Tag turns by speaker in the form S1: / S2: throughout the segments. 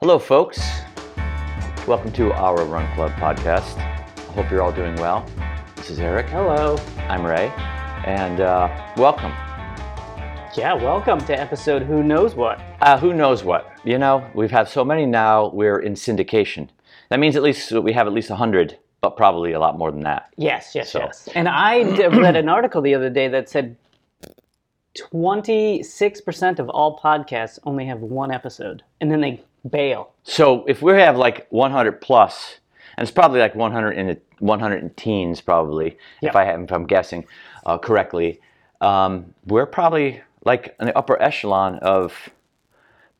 S1: Hello, folks. Welcome to our Run Club podcast. I hope you're all doing well. This is Eric.
S2: Hello.
S1: I'm Ray. And uh, welcome.
S2: Yeah, welcome to episode Who Knows What.
S1: Uh, who knows what? You know, we've had so many now, we're in syndication. That means at least we have at least 100, but probably a lot more than that.
S2: Yes, yes,
S1: So-
S2: yes. And I d- read an article the other day that said 26% of all podcasts only have one episode, and then they bail.
S1: So if we have like 100 plus, and it's probably like 100 in the 100 in teens, probably if
S2: Yeah.
S1: I have, if I'm guessing uh, correctly, um, we're probably like in the upper echelon of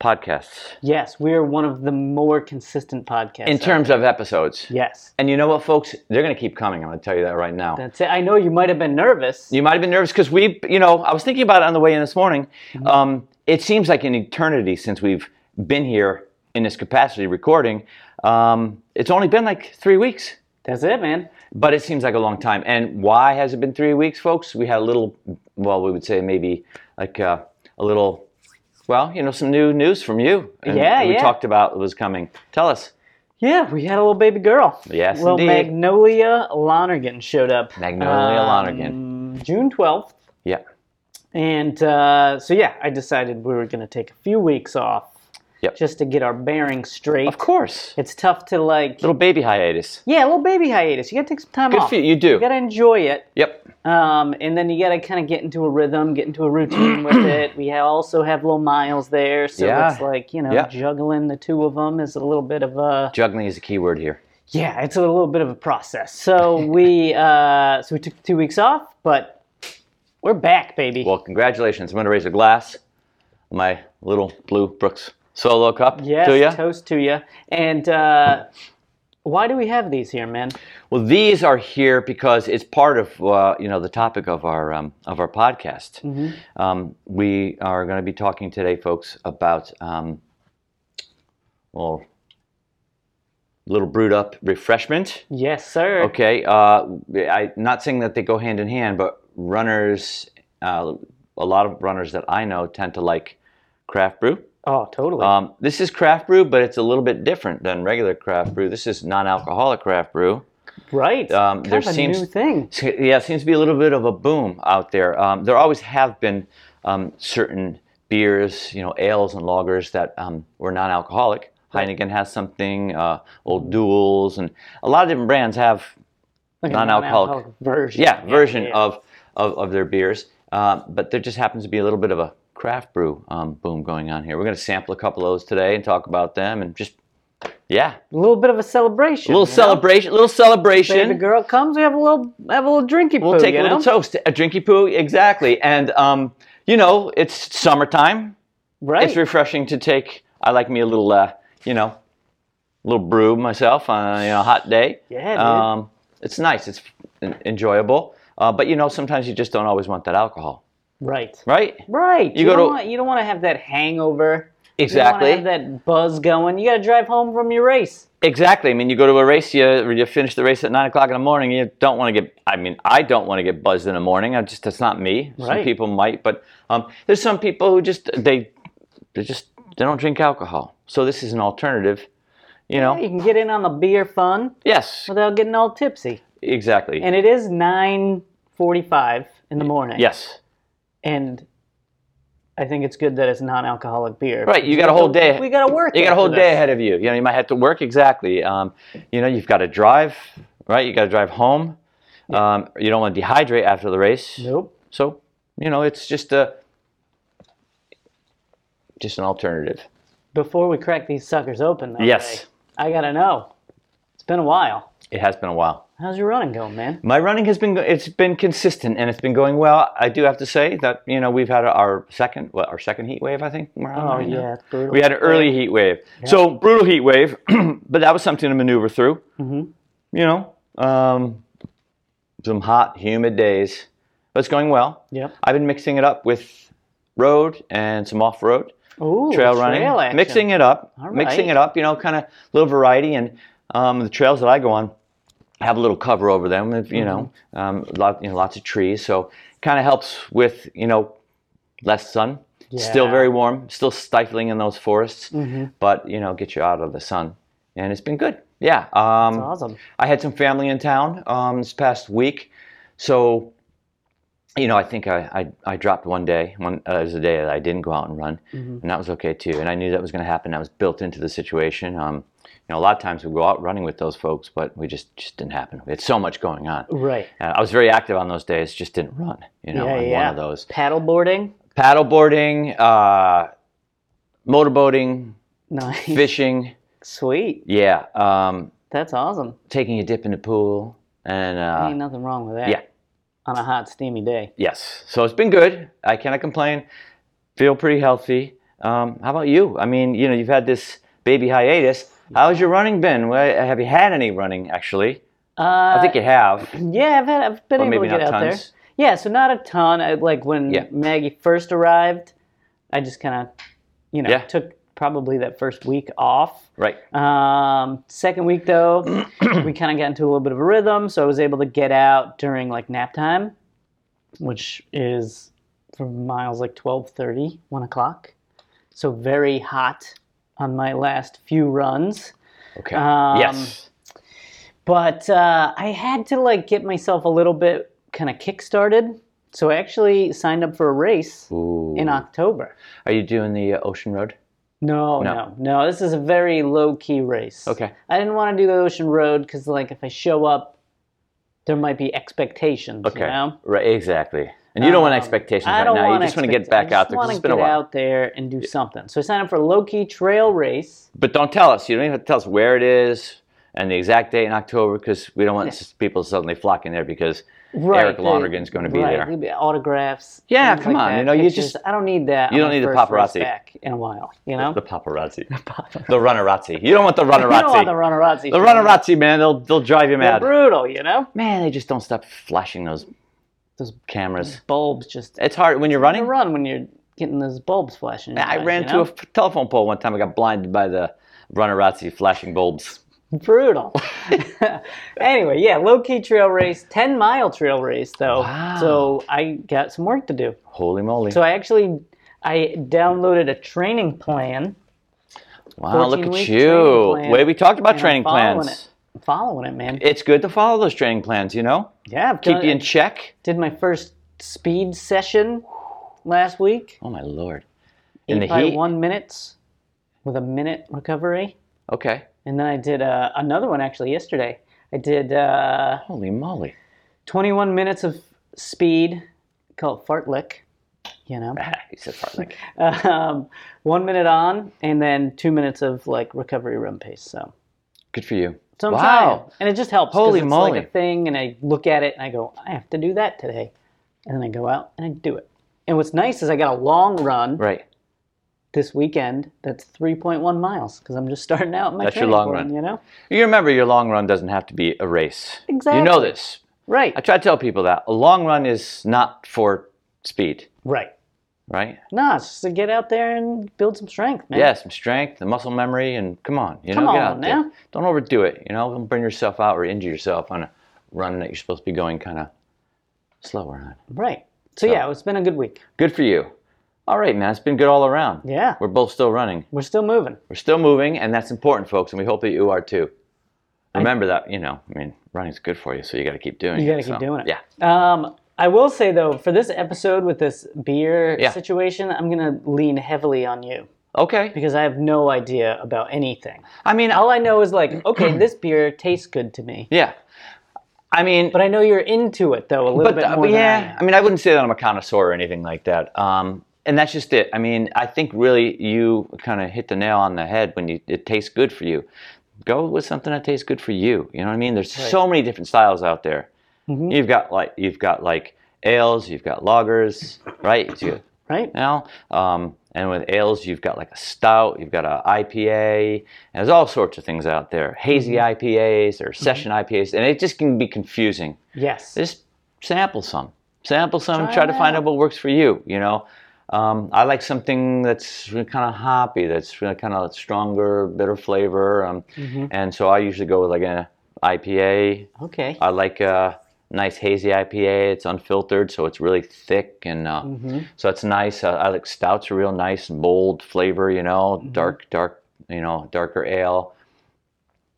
S1: podcasts
S2: Yes, we're one of the more consistent podcasts.
S1: in terms of episodes.
S2: Yes.
S1: And you know what, folks? They're going to keep coming. I'm going to tell you that right now.
S2: That's it. I know you might have been nervous.
S1: You might have been nervous because we, you know, I was thinking about it on the way in this morning.
S2: Mm-hmm.
S1: Um, it seems like an eternity since we've been here in this capacity recording. Um, it's only been like three weeks.
S2: That's it, man.
S1: but it seems like a long time. And why has it been three weeks, folks? We had a little, well, we would say maybe like uh, a little, well, you know, some new news from you. And
S2: Yeah,
S1: we
S2: yeah.
S1: talked about was coming. Tell us.
S2: Yeah, we had a little baby girl.
S1: Yes,
S2: Little
S1: indeed.
S2: Magnolia Lonergan showed up.
S1: Magnolia
S2: Um,
S1: Lonergan.
S2: Lonergan. June 12th.
S1: Yeah,
S2: And uh, so, yeah, I decided we were going to take a few weeks off
S1: Yep.
S2: just to get our bearings straight.
S1: of course.
S2: It's tough to, like,
S1: Little baby hiatus.
S2: yeah, a little baby hiatus. You got to take some time
S1: Good
S2: off.
S1: for you. You do.
S2: You got to enjoy it.
S1: Yep.
S2: Um, and then you got to kind of get into a rhythm, get into a routine with it. We ha- also have little Miles there. So
S1: Yeah.
S2: it's like, you know,
S1: Yeah.
S2: juggling the two of them is a little bit of a,
S1: Juggling is a key word here.
S2: yeah, it's a little bit of a process. So we, uh, so we took two weeks off, but we're back, baby.
S1: Well, congratulations. I'm going to raise a glass. My little blue Brooks solo cup
S2: Yes,
S1: to you.
S2: toast to you. And uh, why do we have these here, man?
S1: Well, these are here because it's part of uh, you know the topic of our um, of our podcast. Um, we are going to be talking today, folks, about um, well, little brewed up refreshment.
S2: Yes, sir.
S1: Okay, uh, I not saying that they go hand in hand, but runners, uh, a lot of runners that I know tend to like craft brew.
S2: Oh, totally.
S1: Um, this is craft brew, but it's a little bit different than regular craft brew. This is non-alcoholic craft brew.
S2: right.
S1: um,
S2: kind
S1: there
S2: of a
S1: seems-
S2: new thing.
S1: So, yeah, seems to be a little bit of a boom out there. Um, there always have been um, certain beers, you know, ales and lagers that um, were non-alcoholic. Heineken has something, uh, Old Duels, and a lot of different brands have,
S2: Like a
S1: non-alcoholic.
S2: version.
S1: yeah, version
S2: yeah.
S1: Of, of of their beers. Um, but there just happens to be a little bit of a craft brew um, boom going on here. We're going to sample a couple of those today and talk about them, and just yeah,
S2: A little bit of a celebration.
S1: a little
S2: you know?
S1: celebration, little
S2: Baby
S1: celebration.
S2: girl comes, we have a little, have a little drinky
S1: We'll
S2: poo,
S1: take
S2: you
S1: a little
S2: know?
S1: toast, a drinky poo, exactly. And um, you know, it's summertime.
S2: Right.
S1: It's refreshing to take. I like me a little, uh, you know, little brew myself on a you know, hot day.
S2: Yeah, dude.
S1: Um, it's nice. It's en- enjoyable. Uh, but you know, sometimes you just don't always want that alcohol,
S2: right.
S1: right?
S2: Right. You,
S1: go
S2: don't
S1: to-
S2: want, you don't want to have that hangover.
S1: Exactly.
S2: You don't want to have that buzz going. You got to drive home from your race.
S1: Exactly. I mean, you go to a race, you, you finish the race at nine o'clock in the morning. You don't want to get. I mean, I don't want to get buzzed in the morning. I just that's not me. Some
S2: Right.
S1: people might, but um, there's some people who just they they just they don't drink alcohol. So this is an alternative. You know.
S2: You can get in on the beer fun
S1: Yes.
S2: without getting all tipsy.
S1: Exactly.
S2: and it is 9.45 in the morning
S1: yes.
S2: and i think it's good that it's non-alcoholic beer
S1: Right. You got a whole day.
S2: we gotta work
S1: You got a whole
S2: after
S1: day
S2: this.
S1: ahead of you. You know, you might have to work. Exactly. Um, you know, you've got to drive. Right. You got to drive home. Um, you don't want to dehydrate after the race.
S2: nope
S1: So, you know, it's just a just an alternative.
S2: before we crack these suckers open though,
S1: Yes.
S2: Ray, i gotta know it's been a while
S1: It has been a while.
S2: how's your running going man
S1: My running has been it's been consistent and it's been going well. I do have to say that you know we've had our second what our second heat wave I think. we're on
S2: oh
S1: right now.
S2: yeah it's brutal
S1: We had an early heat wave. So brutal heat wave, but that was something to maneuver through.
S2: Mm-hmm.
S1: You know, um, some hot, humid days. But it's going well.
S2: yep
S1: I've been mixing it up with road and some off road.
S2: Ooh,
S1: trail running,
S2: action.
S1: mixing it up, mixing
S2: right.
S1: it up. You know, kind of little variety, and um, the trails that I go on have a little cover over them. If, you know,
S2: Mm-hmm.
S1: um, lot, you know, lots of trees, so kind of helps with you know less sun Still
S2: Yeah. Mm-hmm.
S1: very warm, still stifling in those forests, but you know, get you out of the sun. And it's been good. Yeah. Um,
S2: Awesome.
S1: I had some family in town um, this past week, so you know I think I I, I dropped one day. One uh, it was a day that I didn't go out and run,
S2: Mm-hmm.
S1: and that was okay too. And I knew that was going to happen. That was built into the situation. Um, you know, a lot of times we go out running with those folks, but we just just didn't happen. We had so much going on.
S2: Right.
S1: Uh, I was very active on those days, just didn't run. You know,
S2: Yeah,
S1: on
S2: yeah.
S1: one of those
S2: Paddleboarding.
S1: paddleboarding, uh, motorboating,
S2: Nice.
S1: fishing.
S2: Sweet.
S1: Yeah, um,
S2: That's awesome.
S1: taking a dip in the pool and. Uh,
S2: Ain't nothing wrong with that.
S1: yeah.
S2: On a hot, steamy day.
S1: Yes. So it's been good. I cannot complain. Feel pretty healthy. Um, how about you? I mean, you know, you've had this baby hiatus. How's your running been? Well, have you had any running actually?
S2: Uh,
S1: I think you have.
S2: yeah, I've, had, I've been
S1: But
S2: able
S1: maybe
S2: to get
S1: not
S2: out there.
S1: tons.
S2: Yeah, so not a ton. I, like when
S1: Yeah.
S2: Maggie first arrived, I just kind of, you know,
S1: Yeah.
S2: took probably that first week off.
S1: Right.
S2: Um, second week though, we kind of got into a little bit of a rhythm, so I was able to get out during like nap time, which is for miles like 12:30, 1 o'clock. So very hot on my last few runs,
S1: Okay.
S2: Um,
S1: yes.
S2: but uh, I had to like get myself a little bit kind of kick started. So I actually signed up for a race
S1: Ooh.
S2: in October.
S1: Are you doing the uh, Ocean Road?
S2: No,
S1: No.
S2: no, no. This is a very low key race.
S1: Okay.
S2: I didn't want to do the ocean road because, like, if I show up, there might be expectations.
S1: Okay.
S2: You know?
S1: Right. Exactly. And you don't want
S2: Um,
S1: expectations
S2: I
S1: right
S2: don't
S1: now. You
S2: wanna
S1: just want to get
S2: expect-
S1: back
S2: I
S1: out
S2: just
S1: there
S2: want
S1: because
S2: to
S1: it's been a
S2: get
S1: while.
S2: out there and do something. So I signed up for a low key trail race.
S1: But don't tell us. You don't even have to tell us where it is and the exact date in October because we don't want s- people suddenly flocking there because Eric
S2: the-
S1: Lonergan's going to be
S2: right,
S1: there.
S2: there'll be Autographs.
S1: Yeah,
S2: things
S1: come
S2: like
S1: on,
S2: that,
S1: you know, you
S2: pictures.
S1: just-
S2: I don't need that.
S1: you
S2: on
S1: don't
S2: my
S1: need the
S2: first race
S1: paparazzi.
S2: back in a while. You know.
S1: The paparazzi. the runnerazzi. You don't want the
S2: you don't want the
S1: runnerazzi.
S2: runnerazzi.
S1: The runnerazzi, man, they'll they'll drive you
S2: They're
S1: mad.
S2: brutal. You know.
S1: Man, they just don't stop flashing those
S2: Those
S1: cameras.
S2: bulbs just
S1: It's hard when you're
S2: to
S1: running.
S2: run when you're getting those bulbs flashing. in your
S1: I
S2: eyes,
S1: ran
S2: you
S1: to
S2: know?
S1: a f- telephone pole one time. I got blinded by the runnerazzi flashing bulbs.
S2: brutal. anyway, yeah, low key trail race, 10 mile trail race though.
S1: Wow.
S2: So I got some work to do.
S1: Holy moly!
S2: So I actually I downloaded a training plan,
S1: wow, look
S2: 14-week
S1: at
S2: training
S1: you.
S2: plan.
S1: Way we talked about
S2: And I'm
S1: training
S2: following
S1: plans.
S2: it. following it, man.
S1: It's good to follow those training plans. You know,
S2: yeah, I've
S1: keep
S2: done-
S1: you in check.
S2: did my first speed session last week,
S1: Oh my lord! In the
S2: by
S1: heat.
S2: 1 minutes with a minute recovery,
S1: Okay.
S2: and then I did uh, another one actually yesterday. I did uh,
S1: Holy moly!
S2: 21 minutes of speed called fartlek, you know.
S1: he said fart like.
S2: um, one minute on, and then two minutes of like recovery run pace. So,
S1: Good for you.
S2: so I'm
S1: wow.
S2: trying, and it just helps. 'cause
S1: Holy
S2: it's
S1: moly.
S2: Like a thing, and I look at it and I go, I have to do that today, and then I go out and I do it. And what's nice is I got a long run
S1: Right.
S2: this weekend. That's 3.1 miles because I'm just starting out in my
S1: That's your
S2: training
S1: long
S2: program,
S1: run.
S2: You know,
S1: You remember your long run doesn't have to be a race. You know
S2: Exactly.
S1: this.
S2: right,
S1: I try to tell people that. A long run is not for speed,
S2: right.
S1: right?
S2: Nah, it's just to get out there and build some strength, man.
S1: Yeah, some strength, the muscle memory, and come on, you
S2: Come
S1: know, get
S2: on
S1: out there.
S2: now.
S1: Don't overdo it, you know. Don't burn yourself out or injure yourself on a run that you're supposed to be going kind of slower on.
S2: Right. So, yeah, it's been a good week.
S1: Good for you. All right, man. It's been good all around.
S2: Yeah,
S1: We're both still running.
S2: we're still moving.
S1: We're still moving, and that's important, folks, and we hope that you are too. Remember that, you know, I mean, running's good for you, so you got to keep doing it.
S2: You gotta
S1: so,
S2: keep doing it.
S1: Yeah.
S2: Um, I will say though, for this episode with this beer
S1: Yeah.
S2: situation, I'm gonna lean heavily on you
S1: Okay.
S2: because I have no idea about anything.
S1: I mean, I'll
S2: All I know is like, okay, this beer tastes good to me,
S1: Yeah. I mean,
S2: but I know you're into it though a little
S1: but,
S2: bit
S1: uh,
S2: more.
S1: but yeah, I mean, I wouldn't say that I'm a connoisseur or anything like that. Um, and that's just it. I mean, I think really you kind of hit the nail on the head when you, it tastes good for you. Go with something that tastes good for you. You know what I mean? There's so many different styles out there.
S2: Mm-hmm.
S1: You've got like you've got like ales, you've got lagers, right? You,
S2: than I am, right?
S1: now. Um, and with ales, you've got like a stout, you've got a IPA. and There's all sorts of things out there. Hazy
S2: Mm-hmm.
S1: IPAs or session IPAs, and it just can be confusing.
S2: Yes.
S1: Just sample some, sample some,
S2: Try
S1: try to
S2: it
S1: find
S2: out.
S1: out what works for you. You know, um, I like something that's kind of hoppy, that's really kind of stronger, bitter
S2: Mm-hmm.
S1: flavor, um, and so I usually go with like an IPA.
S2: Okay.
S1: I like uh, nice hazy IPA. It's unfiltered, so it's really thick and uh,
S2: Mm-hmm.
S1: so it's nice. Uh, I like stouts are real nice and bold flavor, you know,
S2: Mm-hmm.
S1: dark, dark, you know, darker ale.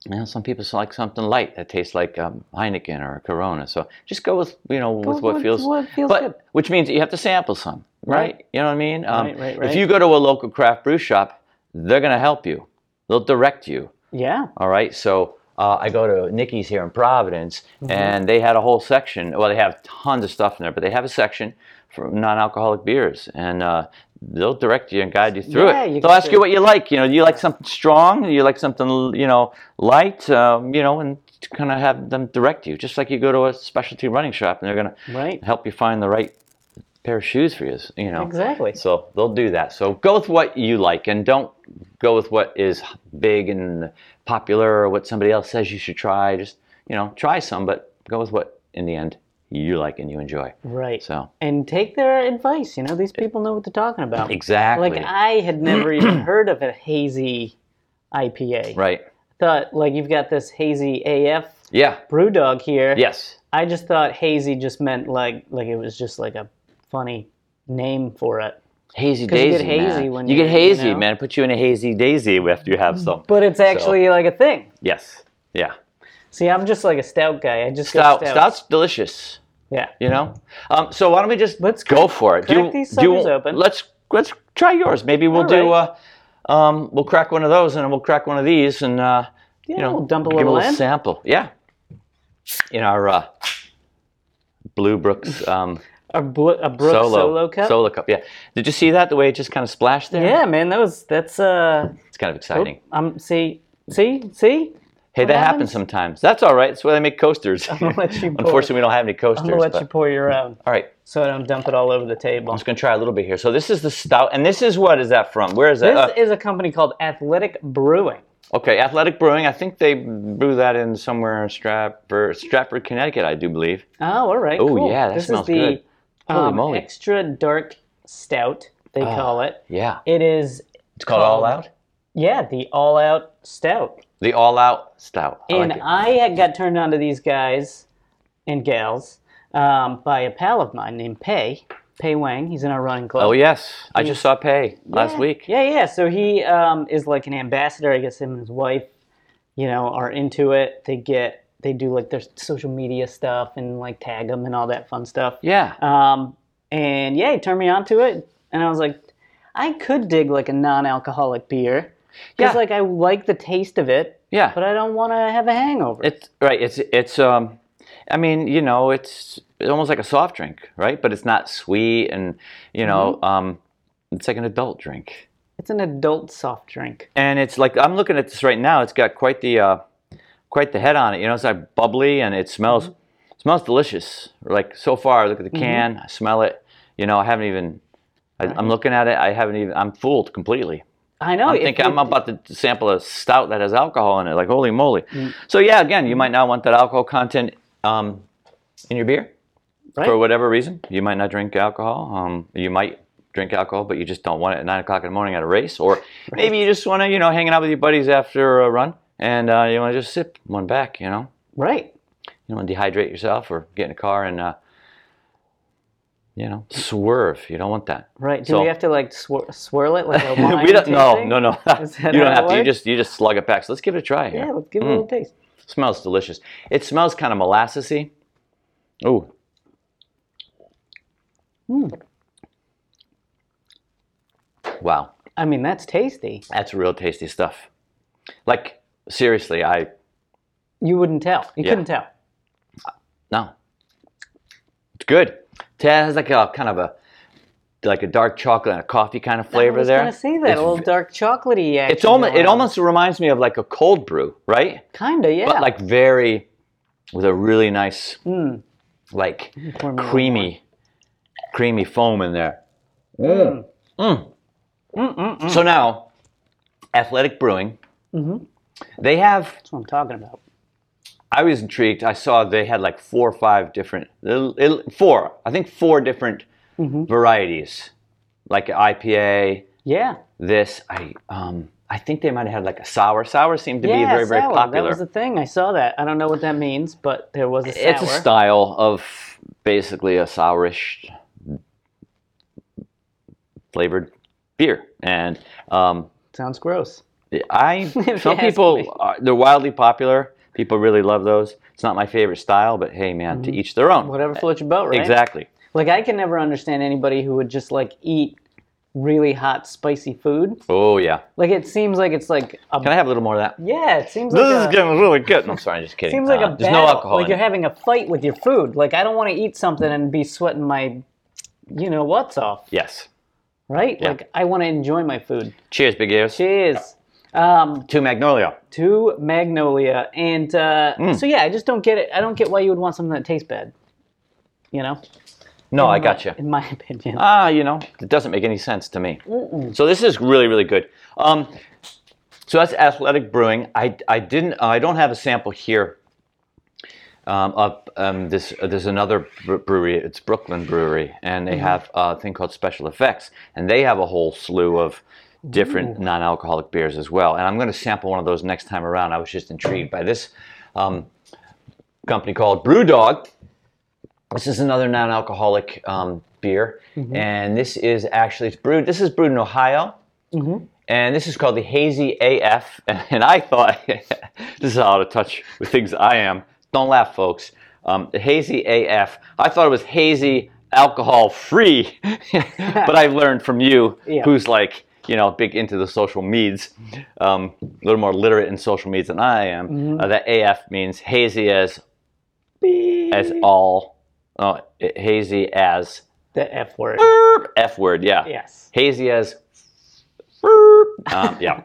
S1: You know, some people like something light that tastes like um, Heineken or Corona. So just go with you know with
S2: with
S1: what
S2: what-
S1: feels,
S2: what feels
S1: but,
S2: good.
S1: Which means that you have to sample some, right?
S2: Right.
S1: You know what I mean? Um,
S2: Right, right,
S1: If
S2: right.
S1: you go to a local craft brew shop, they're gonna help you. They'll direct you.
S2: Yeah.
S1: All right. So uh, I go to Nikki's here in Providence,
S2: Mm-hmm.
S1: and they had a whole section. Well, they have tons of stuff in there, but they have a section for non-alcoholic beers, and uh, they'll direct you and guide you through
S2: Yeah,
S1: it.
S2: you
S1: they'll
S2: got
S1: ask
S2: to-
S1: you what you like. You know, do you like something strong? Do you like something you know light? Um, you know, and kind of have them direct you, just like you go to a specialty running shop, and they're gonna
S2: Right.
S1: help you find the right pair of shoes for you. You know.
S2: Mm. Exactly.
S1: So they'll do that. So go with what you like and don't go with what is big and popular or what somebody else says you should try. Just, you know, try some, but go with what in the end you like and you enjoy.
S2: Right.
S1: So,
S2: and take their advice. You know, these people know what they're talking about.
S1: exactly.
S2: Like I had never even heard of a hazy IPA.
S1: right.
S2: Thought like you've got this hazy AF
S1: Yeah.
S2: brew dog here.
S1: Yes.
S2: I just thought hazy just meant like like it was just like a funny name for it.
S1: Hazy
S2: 'Cause you
S1: daisy.
S2: get hazy
S1: man.
S2: when
S1: you
S2: you-
S1: get hazy,
S2: you know?
S1: man. Put you in a hazy daisy after you have some.
S2: But it's actually like a thing.
S1: Yes. Yeah.
S2: See, I'm just like a stout guy. I just go
S1: Stout.
S2: stout.
S1: Stout's delicious.
S2: Yeah.
S1: You know. Um, so why don't we just
S2: Let's
S1: go for it?
S2: crack these suckers open.
S1: Let's let's try yours. Maybe we'll do.
S2: Alright.
S1: Uh, um, we'll crack one of those, and then we'll crack one of these, and uh,
S2: Yeah,
S1: you know,
S2: we'll dump a
S1: give
S2: little
S1: little
S2: in.
S1: sample. Yeah. In our uh, Blue Brooks um,
S2: a, bl- a Brooks
S1: solo
S2: solo, cup.
S1: Solo cup. Yeah. Did you see that? The way it just kind of splashed there.
S2: Yeah, man, that was that's uh
S1: It's kind of
S2: oh,
S1: exciting.
S2: I'm see see see
S1: hey, that happens?
S2: happens?
S1: sometimes. That's all right. That's why they make coasters.
S2: gonna let you pour-
S1: Unfortunately, we don't have any coasters.
S2: I'm gonna let
S1: but-
S2: you pour your own
S1: all right.
S2: so I don't dump it all over the table.
S1: I'm just gonna try a little bit here. So this is the stout, and this is what is that from? Where is that?
S2: This
S1: Uh,
S2: is a company called Athletic Brewing.
S1: okay, Athletic Brewing. I think they brew that in somewhere in Stratford, Stratford, Connecticut, I do believe.
S2: Oh, all right.
S1: Oh,
S2: cool.
S1: yeah, that
S2: this
S1: smells
S2: is the
S1: good. Holy
S2: um,
S1: moly. Ah.
S2: extra dark stout they call it.
S1: Yeah,
S2: It is
S1: it's called All Out.
S2: yeah the all out stout,
S1: The All Out Stout. I
S2: and
S1: like it.
S2: I had got turned on to these guys and gals um, by a pal of mine named Pei Pei Wang. He's in our running club.
S1: oh yes, I just saw Pay last
S2: Yeah.
S1: week.
S2: Yeah, yeah. So he um, is like an ambassador. I guess him and his wife, you know, are into it. They get they do like their social media stuff and like tag them and all that fun stuff.
S1: Yeah,
S2: Um, and yeah, he turned me on to it, and I was like, I could dig like a non-alcoholic beer
S1: Yeah.
S2: because like I like the taste of it,
S1: yeah.
S2: but I don't want to have a hangover.
S1: It's right. It's it's um, I mean, you know, it's almost like a soft drink, right? But it's not sweet, and you know, um, it's like an adult drink.
S2: it's an adult soft drink.
S1: and it's like I'm looking at this right now. It's got quite the uh, quite the head on it. You know, it's like bubbly and it smells smells delicious. Like so far, look at the can. I smell it. You know, I haven't even. I, I'm looking at it. I haven't even. I'm fooled completely.
S2: I know.
S1: I
S2: if
S1: think
S2: you-
S1: I'm about to sample a stout that has alcohol in it. Like holy moly! So yeah, again, you might not want that alcohol content um, in your beer
S2: right?
S1: for whatever reason. You might not drink alcohol. Um, you might drink alcohol, but you just don't want it at nine o'clock in the morning at a race, or maybe you just want to, you know, hanging out with your buddies after a run, and uh, you want to just sip one back. You know,
S2: right.
S1: you don't want to dehydrate yourself, or get in a car and, uh, you know, swerve. You don't want that.
S2: Right. Do
S1: So-
S2: we have to like swir- swirl it like a wine
S1: we don't. No,
S2: tasting?
S1: no, no.
S2: Is
S1: you
S2: that
S1: don't
S2: how it
S1: have to. You
S2: works?
S1: just you just slug it back. So let's give it a try here.
S2: Yeah, let's give it a
S1: Mm.
S2: little taste.
S1: Smells delicious. It smells kind of molassesy. Ooh.
S2: Hmm.
S1: Wow,
S2: I mean, that's tasty.
S1: that's real tasty stuff. Like seriously, I
S2: You wouldn't tell. You
S1: Yeah.
S2: couldn't tell.
S1: no. It's good. It has like a kind of a like a dark chocolate and a coffee kind of flavor
S2: I was
S1: there.
S2: gonna say um, that
S1: It's
S2: a little
S1: v-
S2: dark chocolatey. action
S1: It's almost
S2: going
S1: it
S2: on.
S1: almost reminds me of like a cold brew, right?
S2: kinda yeah.
S1: But like very with a really nice
S2: Mm.
S1: like
S2: Pour me a little
S1: creamy, creamy foam in there.
S2: more. Mm, mm, mm.
S1: So now, Athletic Brewing,
S2: Mm-hmm.
S1: they have.
S2: That's what I'm talking about.
S1: I was intrigued. I saw they had like four or five different, it'll- it'll- four, I think four different
S2: Mm-hmm.
S1: varieties, like IPA.
S2: Yeah.
S1: This I um, I think they might have had like a sour. Sour seemed to be
S2: yeah,
S1: very, very
S2: sour. That
S1: popular.
S2: was the thing. I saw that. I don't know what that means, but there was a sour.
S1: It's a style of basically a sourish flavored beer, and um,
S2: Sounds gross.
S1: I
S2: you
S1: some
S2: ask me.
S1: people are, they're wildly popular. People really love those. It's not my favorite style, but hey, man, to each their own.
S2: Mm-hmm. Whatever floats your boat, right?
S1: Exactly.
S2: Like I can never understand anybody who would just like eat really hot spicy food.
S1: Oh yeah.
S2: Like it seems like it's like a
S1: Can I have a little more of that?
S2: yeah, it seems
S1: This
S2: like
S1: is
S2: a,
S1: getting really good. No, I'm sorry, I'm just kidding.
S2: Oh seems like
S1: Uh,
S2: a battle.
S1: there's no alcohol.
S2: like
S1: in
S2: you're
S1: it.
S2: having a fight with your food. Like I don't want to eat something and be sweating my you know what's off,
S1: yes.
S2: right? Like I want to enjoy my food.
S1: Cheers, big ears.
S2: Cheers. Um,
S1: To Magnolia.
S2: to Magnolia, and uh,
S1: Hmm.
S2: so yeah, I just don't get it. I don't get why you would want something that tastes bad. You know,
S1: No, I got you.
S2: in my opinion.
S1: Ah, you know, it doesn't make any sense to me. So this is really, really good. Um, so that's Athletic Brewing. I, I didn't. I don't have a sample here. Um, up um, this uh, there's another bre- brewery. It's Brooklyn Brewery, and they have a thing called Special Effects, and they have a whole slew of different non-alcoholic beers as well. And I'm going to sample one of those next time around. I was just intrigued by this um, company called BrewDog. This is another non-alcoholic um, beer, and this is actually it's brewed. This is brewed in Ohio, and this is called the Hazy AF. And, I thought this is how out of touch with things I am. Don't laugh, folks. Um, the Hazy AF. I thought it was hazy alcohol free, but I learned from you,
S2: Yeah.
S1: who's like you know big into the social meds, um, a little more literate in social meds than I am. Uh, that AF means hazy as as all oh, it- hazy as
S2: the F word.
S1: burp, f word yeah
S2: Yes.
S1: hazy as burp. Um, yeah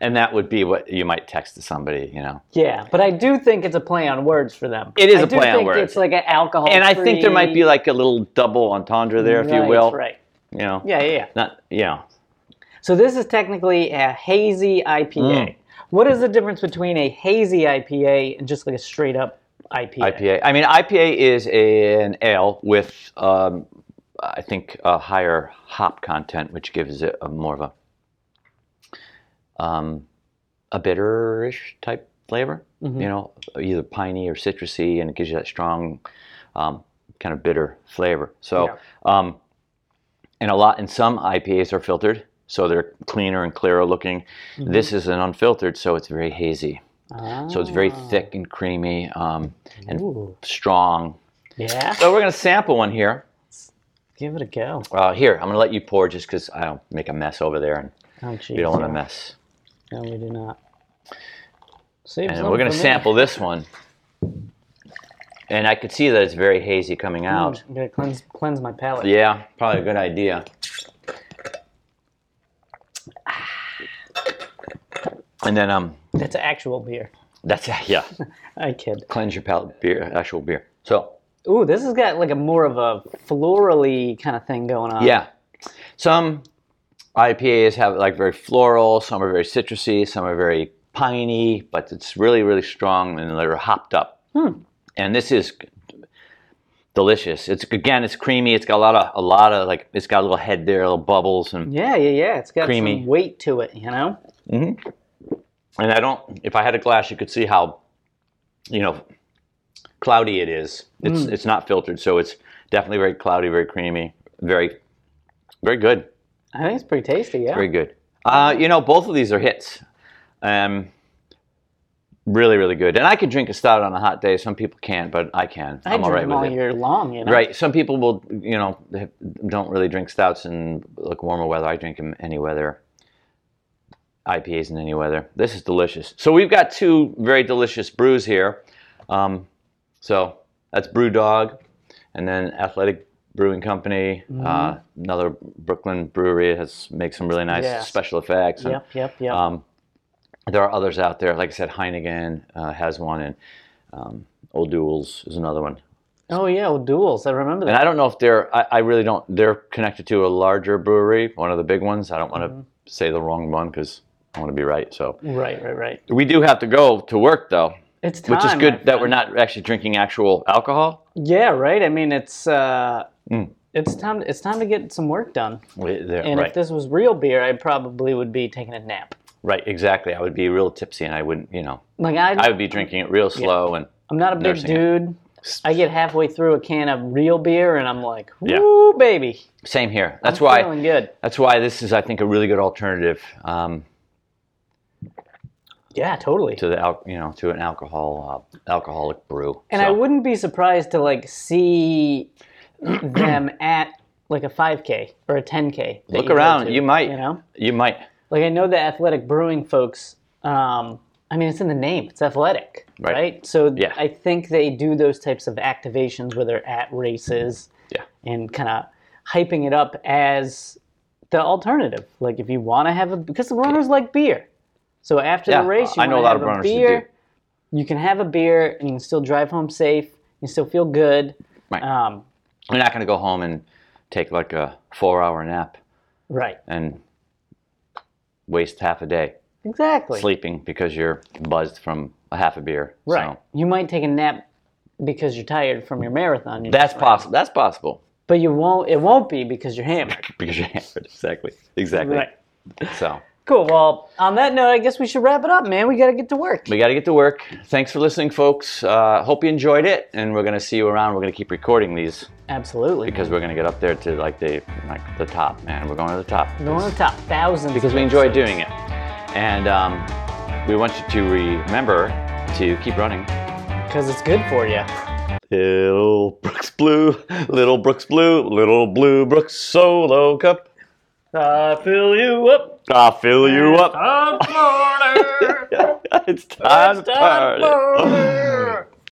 S1: and that would be what you might text to somebody you know
S2: Yeah, but I do think it's a play on words for them.
S1: It is
S2: a
S1: a play on words.
S2: It's like an alcohol.
S1: and i think there might be like a little double entendre there if you will
S2: Right.
S1: you know
S2: Yeah, yeah, yeah.
S1: not you know
S2: So this is technically a hazy IPA.
S1: Hmm.
S2: What is the difference between a hazy IPA and just like a straight up IPA?
S1: ipa i mean ipa is a, an ale with um, i think a higher hop content which gives it a more of a um, a bitterish type flavor. You know, either piney or citrusy, and it gives you that strong um, kind of bitter flavor. So,
S2: Yeah.
S1: um, and a lot in some IPAs are filtered, so they're cleaner and clearer looking. This is an unfiltered, so it's very hazy. So it's very thick and creamy um, and
S2: Ah. Ooh.
S1: strong.
S2: Yeah.
S1: So we're gonna sample one here.
S2: Give it a go.
S1: Uh, here, I'm gonna let you pour just because I don't make a mess over there, and
S2: Oh, jeez.
S1: we don't want a mess.
S2: No, we do not. Save
S1: And
S2: some
S1: we're going
S2: for
S1: to
S2: me.
S1: sample this one. And I could see that it's very hazy coming
S2: Mm,
S1: out.
S2: I'm gonna cleanse cleanse my palate.
S1: Yeah, probably a good idea. And then um,
S2: That's actual beer.
S1: that's yeah,
S2: I kid.
S1: cleanse your palate, beer, actual beer. So
S2: Ooh, this has got like a more of a florally kind of thing going on.
S1: yeah, some IPAs have like very floral, some are very citrusy, some are very piney, but it's really really strong and they're hopped up. And this is delicious. It's again, it's creamy. It's got a lot of a lot of like it's got a little head there, little bubbles, and
S2: Yeah, yeah, yeah. It's got
S1: Creamy.
S2: some weight to it, you know?
S1: and I don't. If I had a glass, you could see how, you know, cloudy it is. It's it's not filtered, so it's definitely very cloudy, very creamy, very, very good,
S2: I think it's pretty tasty, yeah.
S1: very good. Uh, you know, both of these are hits. Um, really, really good. And I could drink a stout on a hot day. Some people can't, but I can.
S2: I
S1: am all
S2: drink
S1: right
S2: them
S1: with
S2: all
S1: it.
S2: year long, you know?
S1: Right. Some people will, you know, they don't really drink stouts in like warmer weather. I drink them any weather. IPAs in any weather. This is delicious. So we've got two very delicious brews here. Um, so that's Brew Dog, and then Athletic Brewing Company.
S2: Mm-hmm.
S1: Uh, another Brooklyn brewery has makes some really nice
S2: Yes.
S1: special effects. and,
S2: Yep, yep, yep.
S1: um, there are others out there. Like I said, Heineken uh, has one, and um, Old Duels is another one.
S2: oh, yeah, well, duels. I remember
S1: And
S2: that.
S1: I don't know if they're, I, I really don't, they're connected to a larger brewery, one of the big ones. I don't want to
S2: Mm-hmm.
S1: say the wrong one because I want to be right. So
S2: right, right, right.
S1: we do have to go to work though,
S2: It's time.
S1: which is good
S2: my
S1: that we're
S2: friend.
S1: not actually drinking actual alcohol. Mm.
S2: Yeah, right. I mean, it's. Uh, it's time. It's time to get some work done.
S1: We- there-
S2: And
S1: right,
S2: if this was real beer, I probably would be taking a nap.
S1: right, exactly. I would be real tipsy, and I wouldn't, you know,
S2: Like I,
S1: I would be drinking it real slow and
S2: I'm not a big
S1: nursing it.
S2: dude. I get halfway through a can of real beer and I'm like,
S1: Yeah.
S2: "Woo, baby!"
S1: same here. That's
S2: I'm
S1: why.
S2: feeling good.
S1: That's why this is, I think, a really good alternative um,
S2: Yeah, totally.
S1: to the al- you know to an alcohol uh, alcoholic brew.
S2: And I
S1: So,
S2: wouldn't be surprised to like see them at like a 5K or a 10K. that
S1: Look
S2: you go
S1: around,
S2: to,
S1: you might.
S2: You know,
S1: you might
S2: like I know the athletic brewing folks. Um, I mean, it's in the name. It's athletic,
S1: Right.
S2: right? So
S1: Yeah.
S2: I think they do those types of activations where they're at races
S1: yeah
S2: and kind of hyping it up as the alternative. Like if you want to have a because the runners like beer. So after
S1: Yeah,
S2: the race, you
S1: I know a
S2: wanna
S1: lot of
S2: have
S1: runners who
S2: beer. You can have a beer and you can still drive home safe. You still feel good.
S1: Right.
S2: Um,
S1: you're not going to go home and take like a four hour nap
S2: right.
S1: and waste half a day
S2: Exactly.
S1: sleeping because you're buzzed from a half a beer.
S2: Right.
S1: So
S2: You might take a nap because you're tired from your marathon. you
S1: that's possible. That's possible
S2: But you won't. It won't be because you're hammered.
S1: because you're hammered. Exactly. Exactly. So
S2: Cool. Well, on that note, I guess we should wrap it up, man. We got to get to work.
S1: we got to get to work. Thanks for listening, folks. Uh, hope you enjoyed it, and we're going to see you around. We're going to keep recording these.
S2: Absolutely.
S1: because we're gonna get up there to like the like the top, man. We're going to the top
S2: Going to the top thousands
S1: because we enjoy doing it, and um, we want you to remember to keep running.
S2: because it's good for you.
S1: Little Brooks Blue, little Brooks Blue, little Blue Brooks Solo Cup.
S2: I fill you up.
S1: I fill you up.
S2: I'm corner.
S1: it's time to
S2: It's time
S1: party.
S2: for-